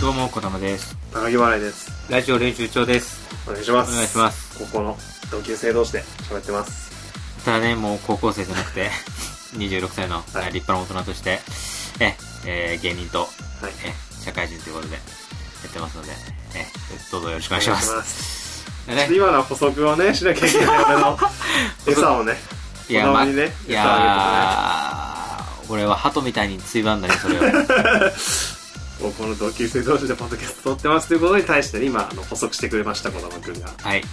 小玉です。高木笑いです。ラジオ練習長です。お願いしまおす。願いします。高校の同級生同士で喋ってます。ただね、もう高校生じゃなくて、26歳の、はいえー立派な大人として、え、えー芸人と、はい。え、社会人ということで、やってますので、え、どうぞよろしくお願おいします。す。ね今の補足をね、しなきゃいけない俺 の餌をね、いや、ま、子供にねいやー、俺は鳩みたいについばんだね、そ れを。高校の同級生同士でポッドキャスト撮ってますということに対してね、今、あの補足してくれました、子供くんが。はい。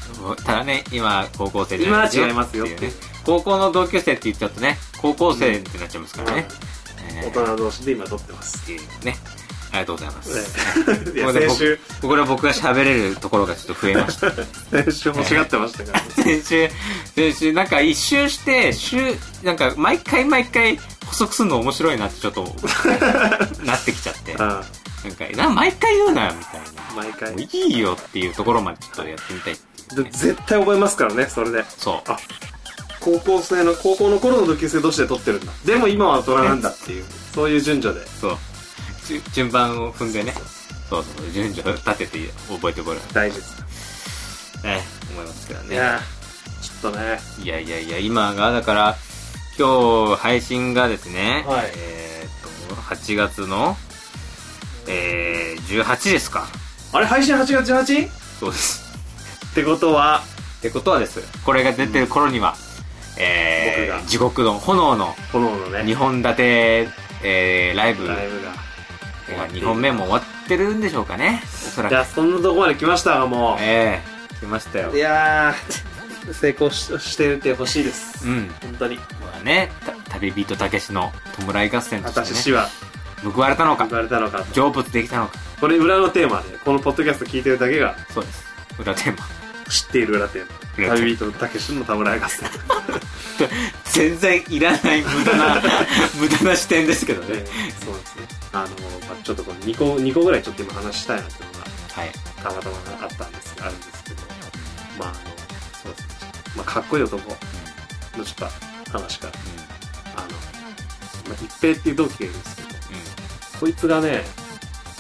ただね、今、高校生じゃ今なはくて違いますよっってていいううね。高校の同級生って言っちゃうとね、高校生ってなっちゃいますからね。えー大人同士で今撮ってます。っていうね。ありがとうございます。ねいや、ここで先僕週、ここで僕が喋れるところがちょっと増えま した。先週欲しがってましたからね。先週、先週、なんか一周して、週、なんか毎回毎回補足するの面白いなってちょっと、なってきちゃ って。なんうか、な毎回言うなよ、みたいな。ん、毎回。もういいよっていうところまでちょっとやってみたいっていうでね、絶対覚えますからね、それで。そう。あ高校生の高校の頃の同級生同士で撮ってるんだでも今は大人なんだっていうそういう順序でそう。じゅ順番を踏んでね。そうそう、順序を立てて覚えてもらう。大事ですええ、思いますけどいね。やーちょっとねいやいやいや、今が、だから、今日配信がですね、はいえーっと、8月の、えー、18ですか。あれ配信8月 18? そうです。ってことはってことはです、これが出てる頃には、え僕ー、が地獄の炎の炎のね2本立て、えー、ライブ、ライブが2本目も終わってるんでしょうかね、おそらいやく。そんなとこまで来ましたがもええ来ましたようい。やー成功ししててほしいですうん。本当にまあね、た旅人たけしの弔い合戦と私して死ね、は報われたのか言、われたのかと成仏できたのか、これ裏のテーマでこのポッドキャスト聞いてるだけがそうです。裏テーマ。知っている裏テー裏テーママ旅人のたけしの侍合戦全然いらない無駄 な無駄な視点ですけどねね、そうですね。あの、まあ、ちょっとこの2個、2個ぐらいちょっと今話したいなっていうのが、はいたまたまあったんです、あるんですけど、まあ、あの、そうですね。まあ、かっこいい男のちょっと話から、あの、まあ、一平っていう同期がいるんですけど、こいつがね、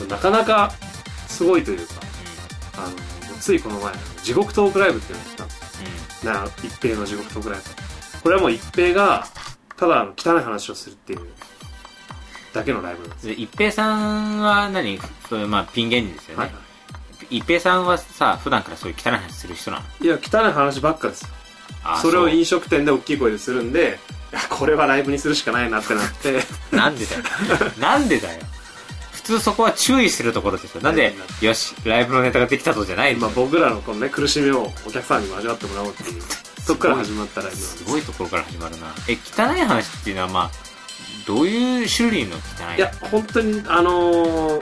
なかなかすごいというか、あの、ついこの前、地獄トークライブっていうのをやったんですよ。な、一平の地獄トークライブ。これはもう一平が、ただあの汚い話をするっていう、だけのライブなんですで一平さんは何そういうまあピン芸人ですよね、よ。はい一平さんはさ普段からそういう汚い話する人なのいや、汚い話ばっかですよ。あーそれをう飲食店で大きい声でするんで、いやこれはライブにするしかないなってな って、なんでだ よなんでだよ普通そこは注意するところですよなんでよしライブのネタができたぞじゃないでしまょあ僕らのこのね、苦しみをお客さんにも味わってもらおうっていう、そっから始まったライブなんですすごいところから始まるなえ汚い話っていうのはまあどういう種類の汚いいや、本当に、あのー、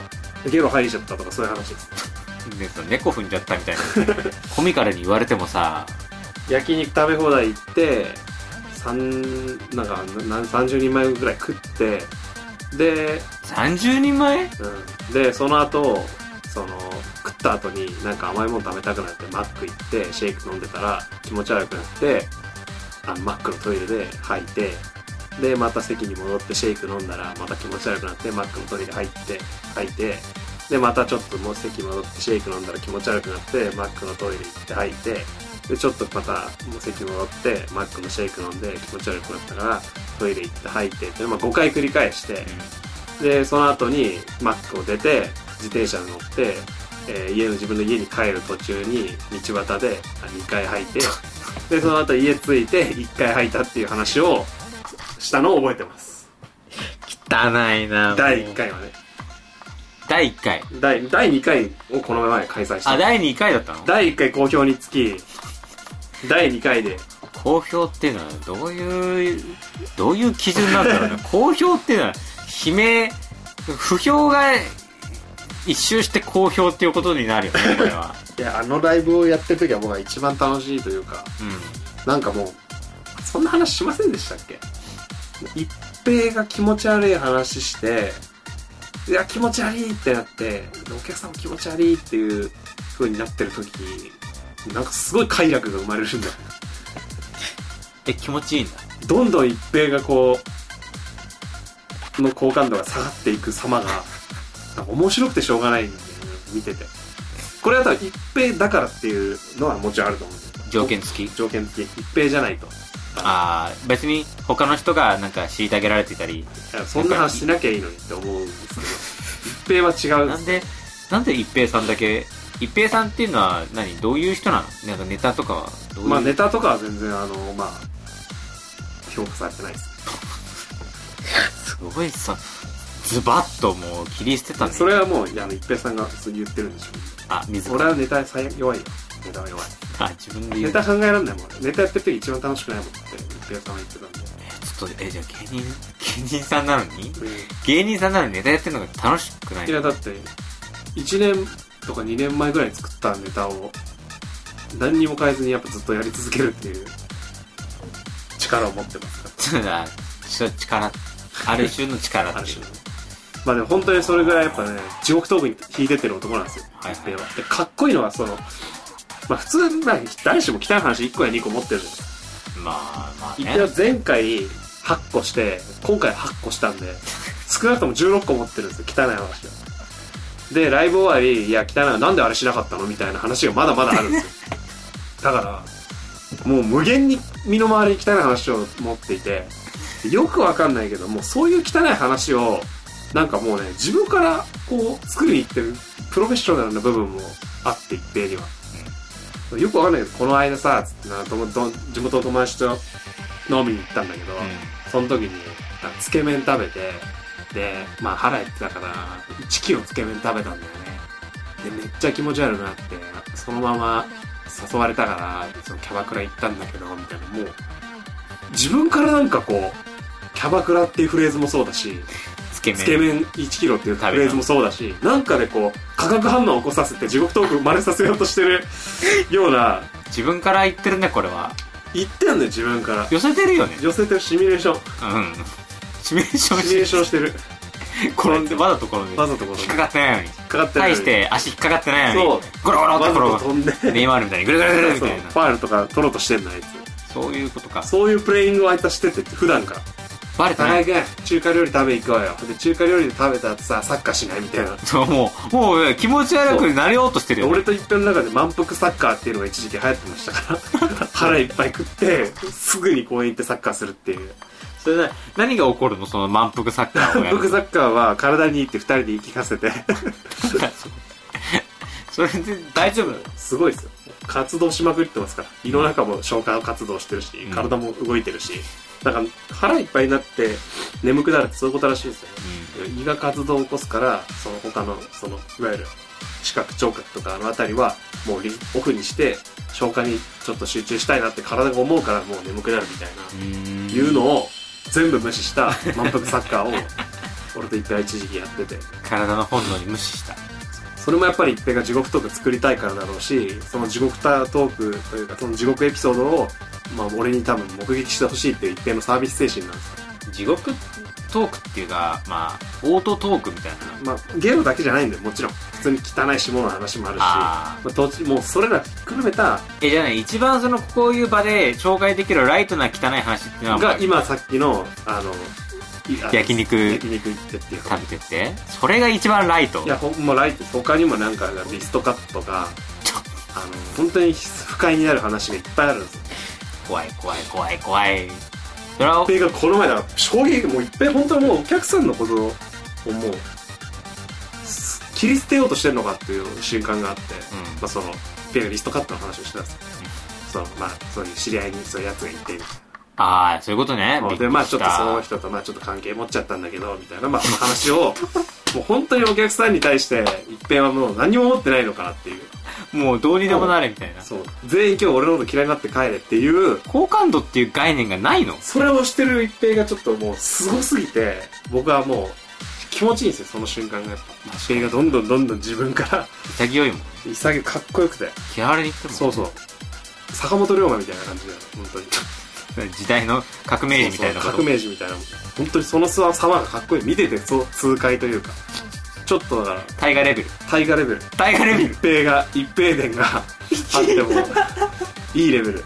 ゲロ入りちゃったとかそういう話です。ねその猫踏んじゃったみたいな コミカルに言われてもさ焼肉食べ放題行って、三、なんか、な30人前ぐらい食って、で、 30人前うん、でその後その食った後になんか甘いもの食べたくなってマック行ってシェイク飲んでたら気持ち悪くなってあのマックのトイレで吐いてでまた席に戻ってシェイク飲んだらまた気持ち悪くなってマックのトイレ入って吐いてでまたちょっともう席戻ってシェイク飲んだら気持ち悪くなってマックのトイレ行って吐いてでちょっとまたもう席戻ってマックのシェイク飲んで気持ち悪くなったからトイレ行って吐いてって、まあ、5回繰り返してでその後にマックを出て自転車に乗って、えー家の自分の家に帰る途中に道端で2回吐 いてでその後家着いて1回吐いたっていう話をしたのを覚えてます汚いな第1回はね第1回第第2回をこの前開催しあた第2回だったの第1回好評につ き第2回で好評っていうのはどういうどういう基準なんだろうね 好評っていうのは悲鳴不評が一周して好評っていうことになるよ ねこれはいやあのライブをやってる時は僕は一番楽しいというかうんなんかもう、そんな話しませんでしたっけ一平が気持ち悪い話して、いや、気持ち悪いってなって、お客さんも気持ち悪いっていう風になってる時なんかすごい快楽が生まれるんだよ。え気持ちいいんだどんどん一平がこう、の好感度が下がっていく様が、なんか面白くてしょうがないんだよね。見ててこれは多分一平だからっていうのはもちろんあると思うんですよ条件付き条件付き一平じゃないとああ別に他の人がなんか虐げられてたりいやそんな話しなきゃいいのにって思うんですけど一平は違うんでなすんでなんで一平さんだけ一平さんっていうのは何どういう人なのなんかネタとかはどういう、まあネタとかは全然あのまあ評価されてないですすごいさズバッともう切り捨てたねそれはもういやあの一平さんがそう言ってるんでしょあ自俺らはネタ最弱いよネタは弱いあ自分で言ネうちょタ考えられないもんネタやってる時一番楽しくないもんって一平さんは言ってたんでっとえじゃあ芸人芸人さんなのに芸人さんなのにネタやってるのが楽しくないいやだって1年とか2年前ぐらいに作ったネタを何にも変えずにやっぱずっとやり続けるっていう力を持ってますかちょっとあちょっと力ある種の力 らあっるてい種うのまあでも本当にそれぐらいやっぱね地獄トークに引いてってる男なんですよはい一平はでかっこいいのはそのまあ普通まあ誰しも汚い話1個や2個持ってるじゃないですかまあまあ一ね平は前回8個して今回8個したんで少なくとも16個持ってるんですよ汚い話がでライブ終わりいや汚いのなんであれしなかったのみたいな話がまだまだあるんですよ だからもう無限に身の回りに汚い話を持っていてよくわかんないけどもうそういう汚い話をなんかもうね自分からこう作りに行ってるプロフェッショナルな部分もあって一平には、よくわかんないけどこの間さつってなともど地元の友達と飲みに行ったんだけど、うその時に、なんかつけ麺食べて、で、まあ腹減ってたから、1キロつけ麺食べたんだよね。で、めっちゃ気持ち悪くなって、そのまま誘われたから、そのキャバクラ行ったんだけど、みたいな、もう、自分からなんかこう、キャバクラっていうフレーズもそうだし、んつけ麺つけ麺1キロっていうフレーズもそうだし、なんかでこう、化学反応を起こさせて地獄トーク生まれさせようとして るような、自分から言ってるねこれは言ってんだよ、自分から。寄せてるよね寄せてるシミュレーション。うんシミュレーションシミュレーしションしてる。転んでわざと転んでわ引ざとこのっかかってないのにかかってな対いのしにて足引っかかってないのにそうゴロゴロわざとって飛んで転ぶネイマールみたいにぐるぐるぐるぐるみそうたいファールとか取ろうとしてんのあいつなそういうことかそういうプレイングをあいつはしてて普段からバレ「てな高い井君中華料理食べ行こうよ」で中華料理で食べた後さサッカーしないみたいなそうもうもう気持ち悪くなれようとしてるよね俺と一平の中で満腹サッカーっていうのが一時期流行ってましたから 腹いっぱい食ってすぐに公園行ってサッカーするっていうそれで何が起こるのその満腹サッカーをや満る腹サッカーは体にいいって二人で言い聞かせてそれで大丈夫すごいですよ活動しまくってますから胃の中も消化活動してるしうん体も動いてるしなんか腹いっぱいになって眠くなるってそういうことらしいんですよね胃が活動を起こすからその他のそのいわゆる視覚聴覚とかあの辺りはもうリオフにして消化にちょっと集中したいなって体が思うからもう眠くなるみたいうな、んうんいうのを全部無視した満腹サッカーを 俺と一平は一時期やってて体の本能に無視したそれもやっぱり一平が地獄トーク作りたいからだろうしその地獄タートークというかその地獄エピソードを、まあ、俺に多分目撃してほしいっていう一平のサービス精神なんですよ地獄トークっていうかまあオートトークみたいなまあゲームだけじゃないんでもちろん普通に汚い下の話もあるしあまあ、どっちもうそれらひっくるめたえじゃあね一番そのこういう場で紹介できるライトな汚い話っていうのはが今さっきのあのいあの焼肉焼肉行ってっていう食べてってそれが一番ライトいやほんまライト他にもなんかリストカットとかあの本当に不快になる話がいっぱいあるんですよ怖い怖い怖い怖いそれは一平がこの前だから衝撃もう一平本当にもうお客さんのことをもうす切り捨てようとしてるのかっていう瞬間があって、うんまあ、その一平がリストカットの話をしてたんですよそのまあそういう知り合いにそういうやつがいてみたいなああそういうことねそうびっくでりまあちょっとしたその人とまあちょっと関係持っちゃったんだけどみたいなまあその話を もう本当にお客さんに対して一平はもう何も思ってないのかなっていうもうどうにでもなれみたいなそう全員今日俺のこと嫌いになって帰れっていう好感度っていう概念がないのそれをしてる一平がちょっともうすごすぎて僕はもう気持ちいいんですよその瞬間がやっぱ一平がどんどんどんどん自分から潔いもん潔くかっこよくて嫌われに行ってもんそうそう坂本龍馬みたいな感じだよ本当に時代の革命児みたいなことそうそう革命児みたいな本当にその様がかっこいい見ててそう痛快というかちょっとだから大河レベル大河レベル大河レベル一平が一平伝があってもいいレベル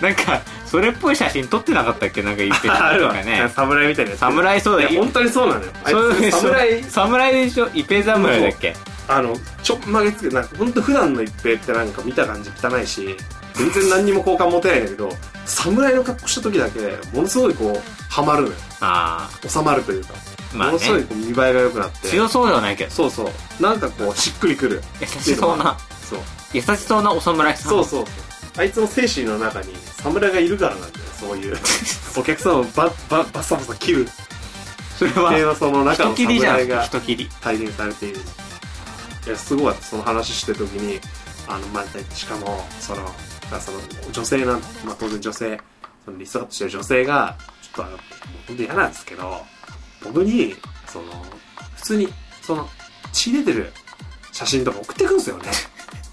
なんかそれっぽい写真撮ってなかったっけなんか一平さ あんるとわか ね侍みたいなやつ侍そうだいや本当にそうなのよあいそうつ侍そう侍でしょ一平侍だっけあのちょんまげつけなんか本当普段の一平ってなんか見た感じ汚いし全然何にも好感持てないんだけど侍の格好した時だけものすごいこうハマるのよあ収まるというか、あまあものねすごいこう見栄えが良くなって強そうではないけどそうそうなんかこうしっくりくる優しそうなそう優しそうなお侍さんそうそうそうあいつの精神の中に侍がいるからなんだよそういう お客さんをバッバッバサバサ切るそれ系はのその中人の切りじゃん侍が人切り体現されているいやすごいその話してる時にあの、まあ、しかもそのまあその女性なん、まあ、当然女性そのリストアップしてる女性がちょっとあの本当嫌なんですけど僕にその普通にその血出てる写真とか送ってくんですよね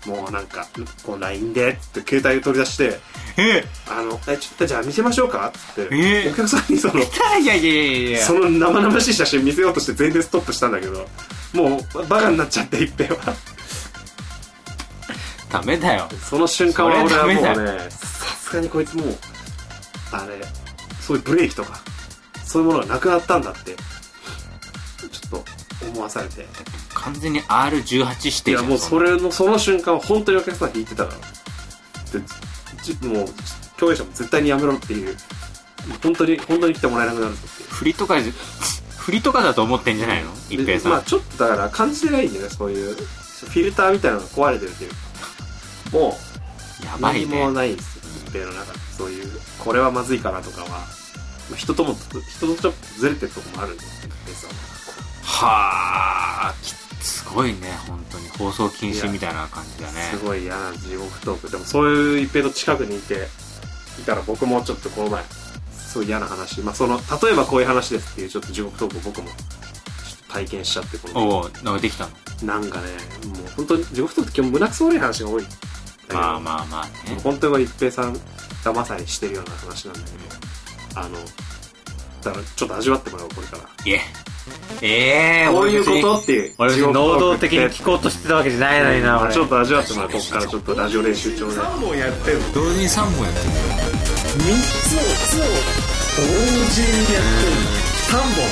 もうなんかこう LINE でつって携帯を取り出して え「あのえちょっとじゃあ見せましょうか」っつって、えお客さんにそのいやいやいやいやその生々しい写真見せようとして全然ストップしたんだけどもうバカになっちゃって一平はダメだよその瞬間は俺はもそれダうねさすがにこいつもうあれそういうブレーキとかそういうものがなくなったんだってちょっと思わされて完全に R18 指い定じやゃんもうそれのその瞬間本当にお客さん引いてたからでちもう共演者も絶対にやめろっていう本当に本当に来てもらえなくなるぞっていう振りとかじゃ 振りとかだと思ってんじゃないの一平さん、まあちょっとだから感じてないんだよねそういうフィルターみたいなのが壊れてるっていうかもやうば何いもねないですよ一平の中でそういうこれはまずいかなとかはまあ人とも人とちょっとずれてるとこもあるんですよ一平さんははあきすごいね本当に放送禁止みたいな感じだねすごい嫌な地獄トークでもそういう一平の近くにいていたら僕もちょっとこの前そういう嫌な話まあその例えばこういう話ですっていうちょっと地獄トークを僕もちょっと体験しちゃってこの前おおなんかできたのなんかね、もう本当に地獄とって今日胸くそ悪い話が多い。まあまあまあね本当にこれ一平さんがまさにしてるような話なんだけど、あの、だからちょっと味わってもらおう、これから。いえええこういう俺別ことにっていう。俺別に地獄能トー動クっ的てに聞こうとしてたわけじゃないのにな、俺ちょっと味わってもらおう、ここからちょっとラジオ練習帳で。同時に3本やってる同時にやってる3本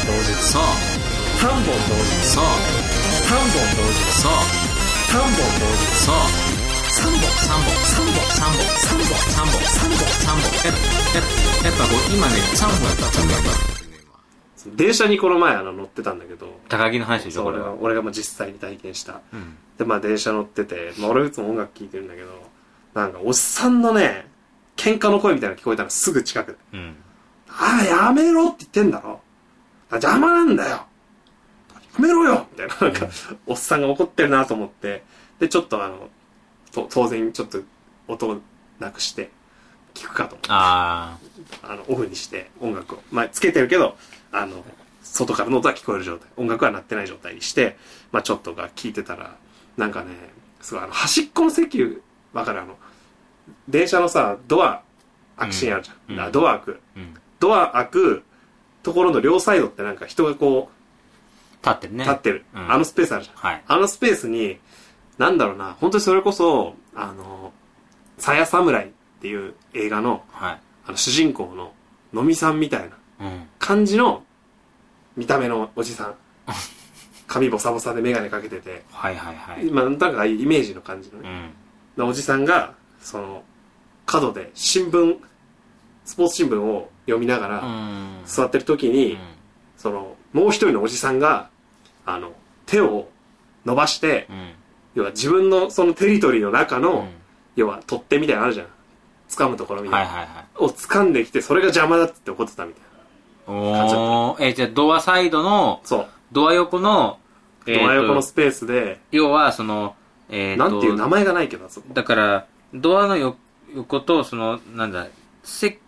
同時そう3本同時そう3本同時そう3本同時そう3本3本3 3本3本本3本3本3本やっぱやっぱこう今ね3本やった3本やった電車にこの前あの乗ってたんだけど、高木の話でしそょこうれ俺はが俺がもう実際に体験した。うんで、まあ電車乗ってて、まあ俺いつも音楽聴いてるんだけど、なんかおっさんのね、喧嘩の声みたいなの聞こえたのすぐ近くで。うんああ、やめろって言ってんだろ。邪魔なんだよ。やめろよみたいな、なんか、おっさんが怒ってるなと思って、で、ちょっとあの、と当然ちょっと音をなくして、聞くかと思って、あああの、オフにして音楽を、まあ、つけてるけど、あの、外からの音は聞こえる状態、音楽は鳴ってない状態にして、まあ、ちょっとが聞いてたら、なんかね、すごいあの、端っこの席、わかるあの、電車のさ、ドア、開くシーンあるじゃん。うんうんドア開く。うんドア開くところの両サイドってなんか人がこ立ってるうね立ってる、うんあのスペースあるじゃんはいあのスペースになんだろうな本当にそれこそあの「さや侍」っていう映画のはいあの主人公ののみさんみたいなうん感じの見た目のお じさん髪ボサボサで眼鏡かけててはいはいはい今なんだかああいうイメージの感じのねうんのおじさんがその角で新聞スポーツ新聞を読みながうらん座ってる時に、その、もう一人のおじさんが、あの、手を伸ばして、うん要は自分のそのテリトリーの中うの、ん要は取っ手みたいなのあるじゃん。掴むところみたはいいな。はいはいを掴んできて、それが邪魔だって怒ってたみたいな。おーえじゃあドアサイドのそう。ドア横のえーとドア横のスペースで、要はそのえーとなんていう名前がないけど、あそこ。だから、ドアのよ横と、その、なんだ、せ、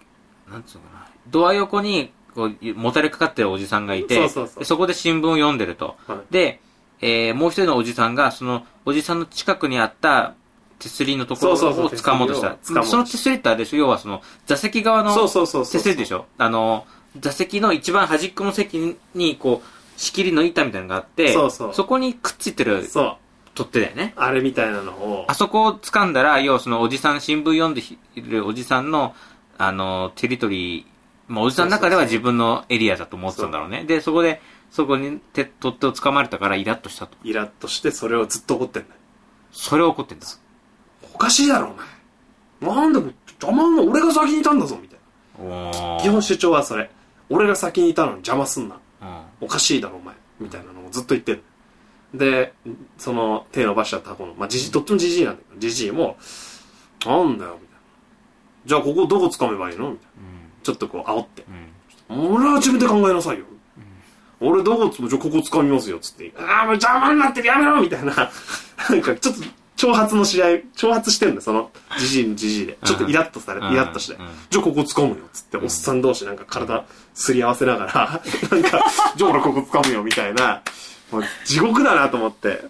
なんつうのかな、ドア横に、こう、もたれかかってるおじさんがいて、そうそうそうでこで新聞を読んでると。はいで、えーもう一人のおじさんが、その、おじさんの近くにあった、手すりのところをそうそうそう掴もうとした。手すりを掴もうとしたその手すりってあれでしょ要はその、座席側のそうそうそうそ手う。すりでしょあの、座席の一番端っこの席に、こう、仕切りの板みたいなのがあって、そうそうこにくっついてるそう。取っ手だよね。あれみたいなのをあ、そこを掴んだら、要はそのおじさん、新聞読んでいるおじさんの、あの、テリトリー、まあ、おじさんの中では自分のエリアだと思ってたんだろうね。で、そこで、そこに手、取っ手を掴まれたからイラッとしたと。イラッとしてそれをずっと怒ってんだよそれは怒ってんだ。おかしいだろお前なんだ邪魔な俺が先にいたんだぞみたいおなー基本主張はそれ俺が先にいたのに邪魔すんなうん。おかしいだろお前みたいなのをずっと言ってるでその手伸ばしたタコのまあじじどっちもじじいなんだけどじじいもなんだよみたいなじゃあここどこ掴めばいいのみたいなちょっとこう煽ってうん。俺は自分で考えなさいよ。俺どこつも、じゃあここ掴みますよ、つって。ああ、もう邪魔になってる、やめろみたいな。なんか、ちょっと、挑発の試合、挑発してんだよ、その、じじいのじじいで。ちょっとイラッとされ、イうんラッとしてうん。じゃあここ掴むよ、つって、おっさん同士なんか体すり合わせながら、 なんか、じゃあ俺ここ掴むよ、みたいな。もう地獄だなと思って。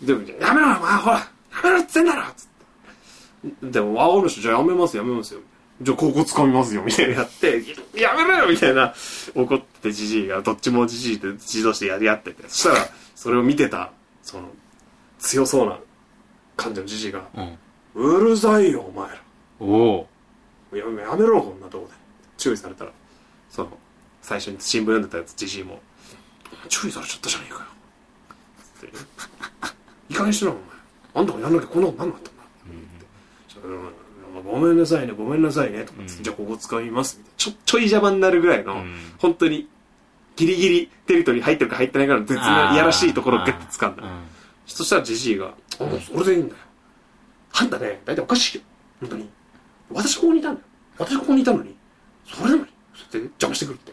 でも、やめろ、お前、ほら、やめろっつってんだろ、つって。でも、あ、おるし、じゃあやめます、やめますよ。じゃあ、ここ掴みますよ、みたいなやって、やめろよみたいな、怒っててじじいが、どっちもじじいで、じ同士でやり合ってて。そしたら、それを見てた、その、強そうな感じのじじいが、うん。うるさいよ、お前ら。おーやめやめろこんなとこで注意されたらその最初に新聞読んでたやつじじいも注意されちゃったじゃねえかよつっていい加減にしろお前あんたがやんなきゃこんなことなんなかったんだそれうんごめんなさいねごめんなさいねとかつって、うんじゃあここ使いますみたいなちょちょい邪魔になるぐらいの、うん本当にギリギリテリトリー入ってるか入ってないかの絶妙いやらしいところをグッて掴んだうそしたらジジイが、あ、もうそれでいいんだよ。あんたね、だいたいおかしいよ。本当に。私ここにいたんだよ。私ここにいたのに、それなのに、そうやって邪魔してくるって。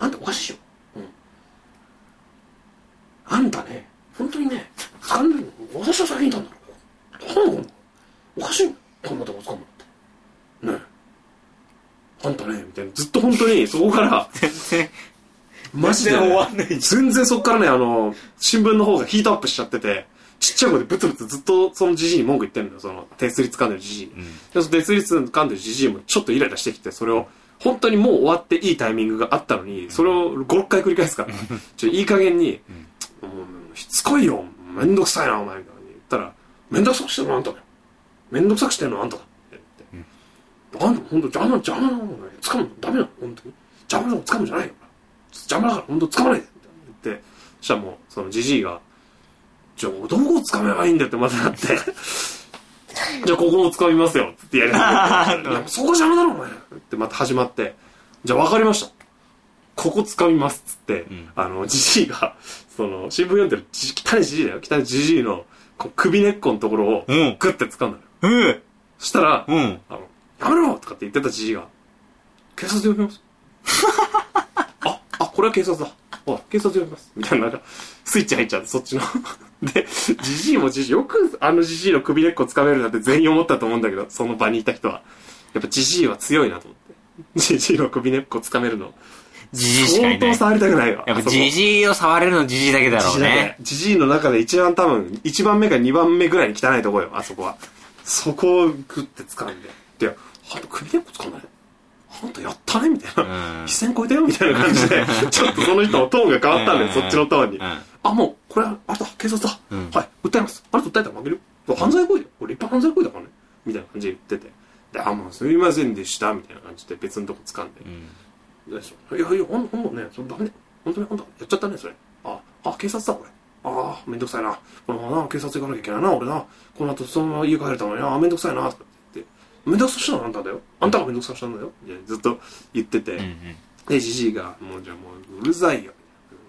あんたおかしいよ。うん。あんたね、本当にね、掴んでるの私は先にいたんだろ。どうなのおかしいよ。こんなとこ掴むのって。ねえ。あんたね、みたいな。ずっと本当に、そこから、全然、マジで、全然終わんないじ全然そっからね、あの、新聞の方がヒートアップしちゃってて、ちっちゃい声でブツブツずっとそのじじいに文句言ってんのよ、その、手すり掴んでるじじいに。うん。で、その手すり掴んでるじじいもちょっとイライラしてきて、それを、本当にもう終わっていいタイミングがあったのに、それを5、6回繰り返すから、ちょ、いい加減に、もう、しつこいよ、めんどくさいな、お前、みたいに言ったら、めんどくさくしてるのあんただよ。めんどくさくしてるのあんただ。って言って。あんた、ほんと邪魔、邪魔なの、お前。掴むの、ダメなの、ほんとに。邪魔なの、掴むんじゃないよ。邪魔だから、ほんと掴まないで。って言って、そしたらもう、そのじじいが、じゃあ、どこを掴めばいいんだよってまた なって、じゃあ、ここも掴みますよ。ってやり始 めていや、そこ邪魔だろ、お前。ってまた始まって、じゃあ、わかりました。ここ掴みますっつって、んあの、じじいが、その、新聞読んでるじ、汚いじじいだよ。汚いじじいの、こう首根っこのところを、うグんッて掴んだのよ。うん。そしたら、うん。あの、やめろとかって言ってたじじいが、警察呼び ます。あ、あ、これは警察だ。ほら、警察呼びます。みたいな、なんか、スイッチ入っちゃって、そっちの。 で、じじいもじじい、よくあのじじいの首根っこ掴めるなんて全員思ったと思うんだけど、その場にいた人は。やっぱじじいは強いなと思って。じじいの首根っこ掴めるの。じじいしか相いない。当や触りたくないわ。っぱあそこじじいを触れるのじじいだけだろうね。ジジイの中で一番多分、一番目か二番目ぐらいに汚いとこよ、あそこは。そこをグッて掴んで。で、あんた首根っこ掴んだね。あんたやったねみたいな。うん一線超えたよみたいな 感じで、ちょっとその人のトーンが変わったんだよ、うんそっちのトーンにう。んあ、もう、これは、あれだ、警察だ。うんはい、訴えます。あなた訴えたら負けるよ。犯罪行為だよ。これ立派犯罪行為だからね。みたいな感じで言ってて。で、あ、もうすみませんでした、みたいな感じで別のとこ掴んで。うん。でしょいやいや、ほんほんとね、それダメだよ。ほんとにほんと、やっちゃったね、それ。あ、あ、警察だ、これ。ああ、めんどくさいな。このままな、警察行かなきゃいけないな、俺な。この後、そのまま家帰れたのにな、めんどくさいな、とか言って。めんどくさしたのはあんただよ。あんたがめんどくさしたんだよ。いやずっと言ってて。うん。で、じじいが、もうじゃあもう、うるさいよ。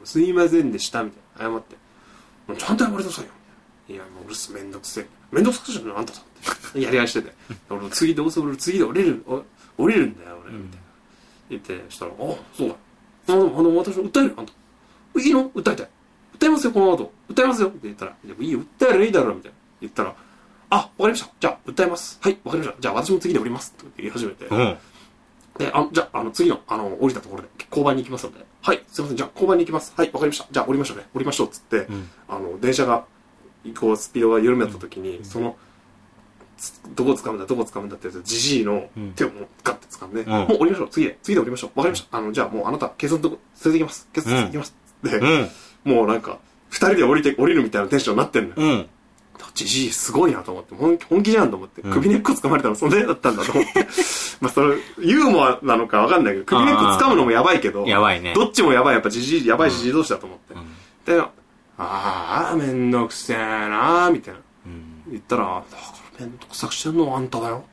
すいませんでした、みたいな。謝って。もうちゃんと謝りなさいよ。みたいないや、もううるせえ、めんどくせえ。めんどくさくじゃないあんただって。やり合いしてて。俺、次どうせ俺、次で降りる、お降りるんだよ、俺、みたいな。言って、そしたら、ああ、そうだ。あの、あの、私も訴えるよ、あんた。いいの訴えたい。訴えますよ、この後。訴えますよって言ったら、でもいいよ、訴えるいいだろ、みたいな。言ったら、あ、わかりました。じゃあ、訴えます。はい、わかりました。じゃあ、私も次で降ります。って言い始めて。うん。で、あの、じゃあ、あの、次の、あの、降りたところで、交番に行きますので。はい、すいません、じゃあ、交番に行きます。はい、わかりました。じゃあ、降りましょうね。降りましょう、っつって、んあの、電車が、こう、スピードが緩めた時に、その、つどこ掴むんだ、どこ掴むんだってやつ、じじいのうん手をもう、ガッて掴んで、んもう降りましょう、次で、次で降りましょう。わかりました。あの、じゃあ、もう、あなた、警察のとこ、連れて行きます。警察連れて行きます。うん。で、もうなんか、二人で降りて、降りるみたいなテンションになってんのよ。うん。じじいすごいなと思って、本気本気じゃんと思って、うん 首根っこ掴まれたのそんなやだったんだと思って、まあそのユーモアなのかわかんないけど首根っこ掴むのもやばいけどやばいねどっちもやばいやっぱじじいやばいじじい同士だと思って、うんでああめんどくせえなーみたいなうん言ったらだからめんどくさくしてんのはあんただよ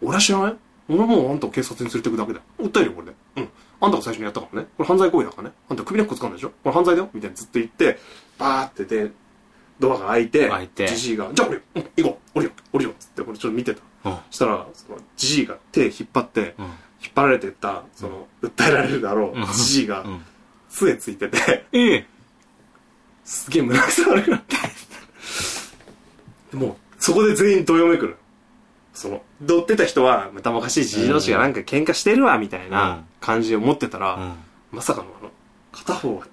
俺は知らない俺はもうあんたを警察に連れてくだけだよ訴えるよこれでうんあんたが最初にやったからねこれ犯罪行為だからねあんた首根っこ掴んだでしょこれ犯罪だよみたいなずっと言ってバーってでドアが開いて開いてじじいが「じゃあ俺よ、うん、行こう降りよ降りよ」っつって俺ちょっと見てたうんそしたらそのじじいが手引っ張って、うん引っ張られてったその訴えられるだろうんうじじいがうん杖ついててええすげえ胸くそ悪くなって。もう、そこで全員どよめくの。その、どってた人は、またもかしいじじ同士がなんか喧嘩してるわ、みたいうんな感じを持ってたら、うんまさかのあの、片方が、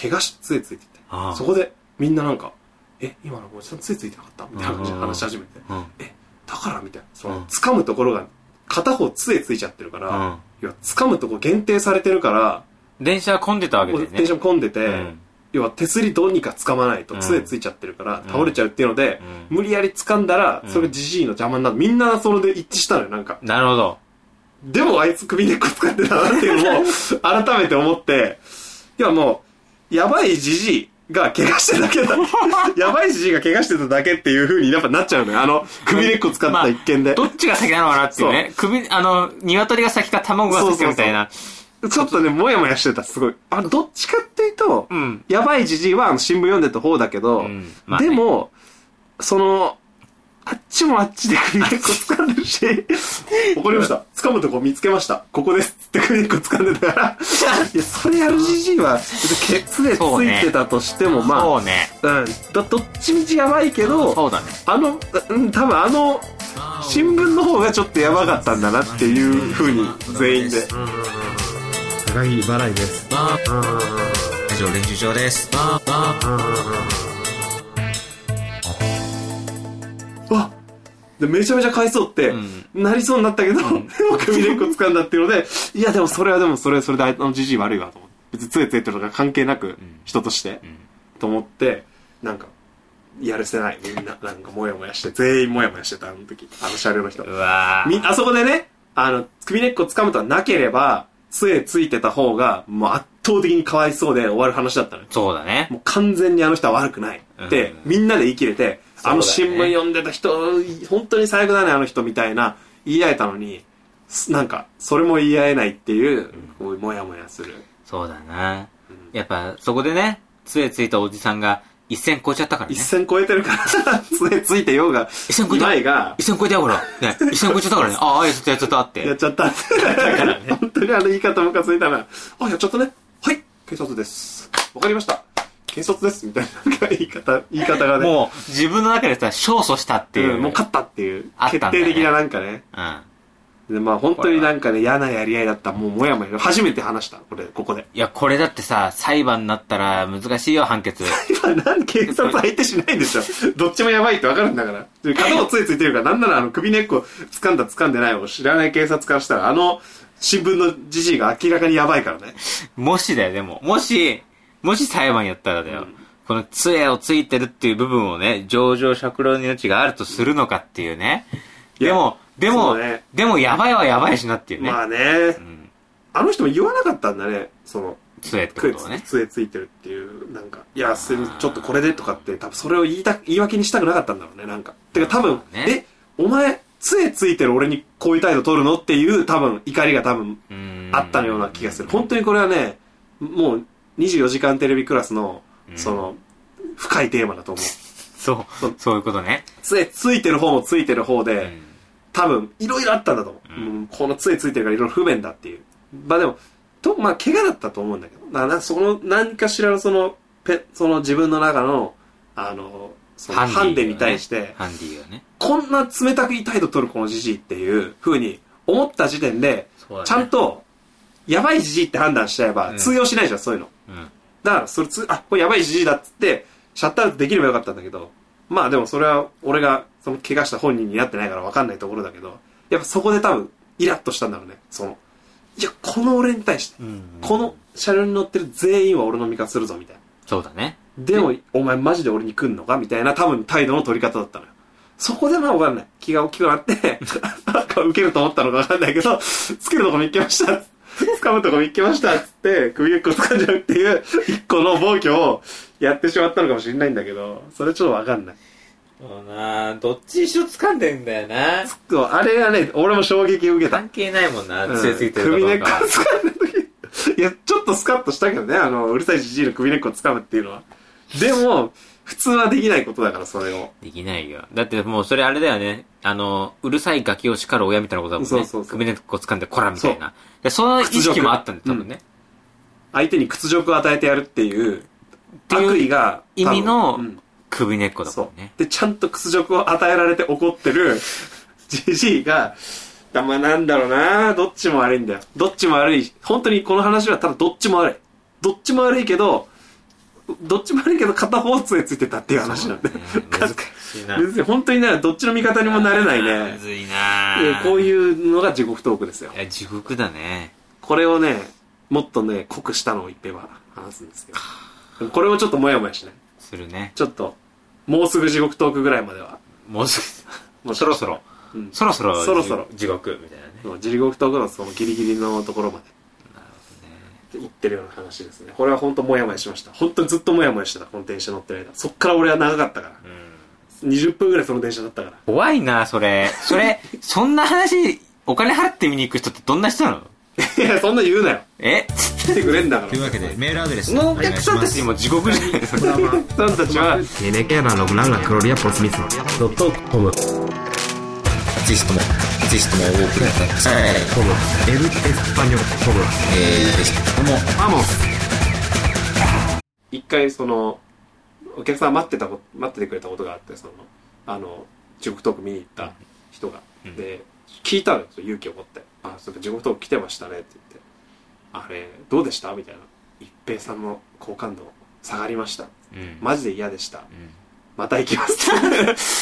怪我し、杖ついててああ、そこでみんななんか、え、今のおじさん杖ついてなかったみたいな感じで話し始めて、うんえ、だからみたいな。そうんの、掴むところが、片方杖ついちゃってるから、うん要は掴むとこ限定されてるから、電車は混んでたわけだよね電車も混んでて、うん要は手すりどうにか掴まないとうん杖ついちゃってるからうん倒れちゃうっていうので、うん無理やり掴んだらうんそれがじじいの邪魔になるみんなそれで一致したのよなんかなるほどでもあいつ首根っこ使ってたなっていう のを改めて思って要はもうやばいじじいが怪我してただ けだやばいじじいが怪我してただけっていう風にやっぱなっちゃうのよあの首根っこ使った一件で、どっちが先なのかなっていうね首あの鶏が先か卵が先かみたいなちょっとねもやもやしてたすごいあどっちかっていうと、うんやばいじじいはあの新聞読んでた方だけど、うんまあねでも、その、あっちもあっちで首根っこ掴んでるし、 わかりました。掴むとこ見つけました。ここですって首根っこ掴んでたから、 いや、それ RGG は、ケツでつそうねいてたとしても、まあ、そうねうんど、どっちみちやばいけど、そうだねあの、うん、多分あの、新聞の方がちょっとやばかったんだなっていうふうに、全員で。高木払いです以上練習場ですわでめちゃめちゃ返そうって、うんなりそうになったけど、でも首根っこ掴んだっていうので、いやでもそれはでもそれはそれであのじじい悪いわと思って。別に杖ついてるとか関係なく、人として、と思って、なんか、やるせないみんな、なんかもやもやして、全員もやもやしてた、あの時、あの車両の人う。わーみ、あそこでね、あの、首根っこ掴むとはなければ、杖ついてた方が、もう圧倒的にかわいそうで終わる話だったのよ。そうだねもう完全にあの人は悪くないって、うんみんなで言い切れて、うだねあの新聞読んでた人本当に最悪だねあの人みたいな言い合えたのにすなんかそれも言い合えないっていうこうモヤモヤするそうだなやっぱそこでね杖ついたおじさんが一線超えちゃったからね一線超えてるから 杖ついてようが一線超えた前が一線超えたよほらね一線超えちゃった からねああやっちゃったやっちゃったってやっちゃったってだからね本当にあの言い方ムカついたなあやっちゃったねはい警察ですわかりました警察ですみたいななんか言い方言い方がねももう自分の中でさ勝訴したっていう、うん、もう勝ったっていうあったん決だよね定的ななんかねうんでまあ本当になんかね嫌なやり合いだったもうもやもや初めて話したこれここで いや、これだってさ、裁判になったら難しいよ、判 決。今なん警察相手しないんです よどっちもやばいってわかるんだからで片方ついついてるからなんならあの首根っこ掴んだ掴んでないを知らない警察からしたらあの新聞のじじいが明らかにやばいからねもしだよ、でも。もし、もし裁判やったらだよ。この杖をついてるっていう部分をね、上場酌量の余地があるとするのかっていうね。いやでも、でも、そうねでもやばいはやばいしなっていうね。まあね、うん。あの人も言わなかったんだねその杖って杖こつとをね。杖ついてるっていうなんかいやすいませんちょっとこれでとかって多分それを言いた言い訳にしたくなかったんだろうねなんかてか多分、まあねえお前杖ついてる俺にこういう態度取るのっていう多分怒りが多分うんあったような気がする本当にこれはねもう24時間テレビクラスのうんその深いテーマだと思うそう、そういうことね。杖ついてる方もついてる方で、うん多分いろいろあったんだと思う、うんうんこの杖ついてるからいろいろ不便だっていうまあでもとまあ怪我だったと思うんだけどななその何かしらのそのペその自分の中のあのそのハンディーをねに対してハンディーよね。こんな冷たくい態度取るこのじじいっていうふうに思った時点で、そうだねちゃんとやばいじじいって判断しちゃえばうん通用しないじゃん、そういうのうん。だからそれつあこれやばいじじいだっつってシャットアウトできればよかったんだけどまあでもそれは俺がその怪我した本人になってないから分かんないところだけどやっぱそこで多分イラッとしたんだろうねそのいやこの俺に対して、うんこの車両に乗ってる全員は俺の味方するぞみたいなそうだね。でもお前マジで俺に来んのかみたいな多分態度の取り方だったのよそこでまあわかんない。気が大きくなって、 なんか受けると思ったのかわかんないけど、つけるとこ見っけました。掴むとこ見っけました。つって、首を一個掴んじゃうっていう、一個の暴挙をやってしまったのかもしれないんだけど、それちょっとわかんない。そうなどっち一緒掴んでんだよなそうあれはね、俺も衝撃を受けた。関係ないもんなうん強すぎてるかどうかは首根っこ掴んだ時いや、ちょっとスカッとしたけどね、あの、うるさいじじいの首根っこ掴むっていうのは。でも、普通はできないことだから、それを。できないよだってもうそれあれだよねあのうるさいガキを叱る親みたいなことだもんねそうそうそう首根っこ掴んでこらみたいなでその意識もあったんだよ多分ね、相手に屈辱を与えてやるっていう、ていう悪意が、意味の多分うん首根っこだそもうんね。で、ちゃんと屈辱を与えられて怒ってる、 じじいが、だまあなんだろうなどっちも悪いんだよ。どっちも悪い。本当にこの話はただどっちも悪い。どっちも悪いけど、どっちも悪いけど片方杖ついてたっていう話なんで。そうね難しいな別に本当にね、どっちの味方にもなれないむね。ずいないやこうういうのが地獄トークですよい。や地獄だねこれをね、もっとね、濃くしたのを一平は話すんですけど。これをちょっともやもやしない。するねちょっと、もうすぐ地獄トークぐらいまでは。もうすもうぐそろそろうん。そろそろそろそろ地獄みたいなねもう地獄トークのそのギリギリのところまで。行ってるような話ですね。これは本当もやもやしました。本当にずっともやもやしてた、この電車乗ってる間。そっから俺は長かったから。うん20分ぐらいその電車だったから。怖いなそれそ れそんな話お金払って見に行く人ってどんな人なの いや、そんな言うなよ。え来てくれん だから。というわけでメールアドレスそのお客さんたちも地獄じゃないですかさんたちは、 Tiene que lograr la gloria por sí mismo. ドットコムぜひとも、ぜひともお送りください。はい。コムエルエスパニョコムえー、ぜひとも、一回そのお客さん待ってたこ待っててくれたことがあってそのあの地獄トーク見に行った人が、うんで聞いたのよ勇気を持って「あそうか地獄トーク来てましたね」って言って「あれどうでした?」みたいな「一平さんの好感度下がりましたうんマジで嫌でしたうんまた行きます」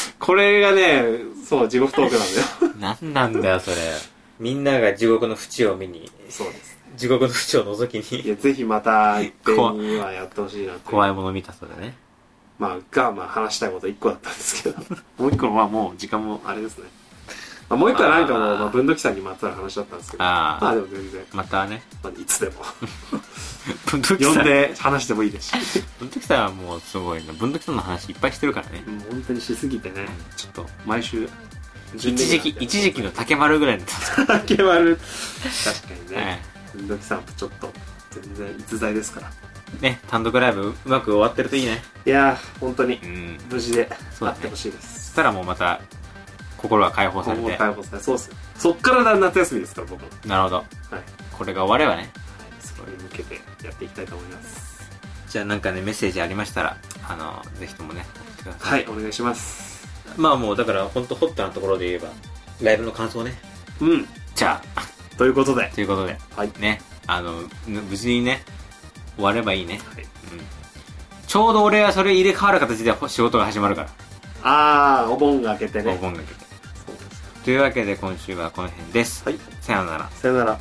これがねそう地獄トークなんだよ何なんだよそれみんなが地獄の淵を見にそうです地獄の淵を覗きいにやぜひまた一平にはやってほしいなって怖いもの見たそうだねまあ、が、まあ、話したいこと1個だったんですけど、 もう1個はもう時間もあれですね。まあ、もう1個はなんかもう、あーまあ、文土器さんにまつわる話だったんですけど、あーまあでも全然、またねまあ、いつでも、文土器さ呼んんで話してもいいですし、文土器さんはもうすごいな文土器さんの話いっぱいしてるからねもう本当にしすぎてね、ちょっと毎週、一時期一 時期の竹丸ぐらいの確だけ丸。確かにかにねね、文土器さんとちょっと、全然逸材ですから。ね単独ライブうまく終わってるといいねいやー、本当にう、ん無事で、そうだ会っねてほしいでそす。したらもうまた心が解放さ今れ後て逮捕され、そうっすよ。そっから夏休みですから、僕も。なるほどはい。これが終わればねそれに向けてやっていきたいと思います。じゃあなんかねメッセージありましたらあのぜひともね送ってください、はい、お願いします。まあもうだから本当ホットなところで言えばライブの感想ねうん。じゃあということで、ということではい。ねあのぬ無事にね終わればいいね、はいうん、ちょうど俺はそれ入れ替わる形で仕事が始まるからあー、お盆が明けてね。お盆がけてそうですというわけで今週はこの辺です、はい。さようならさよなら。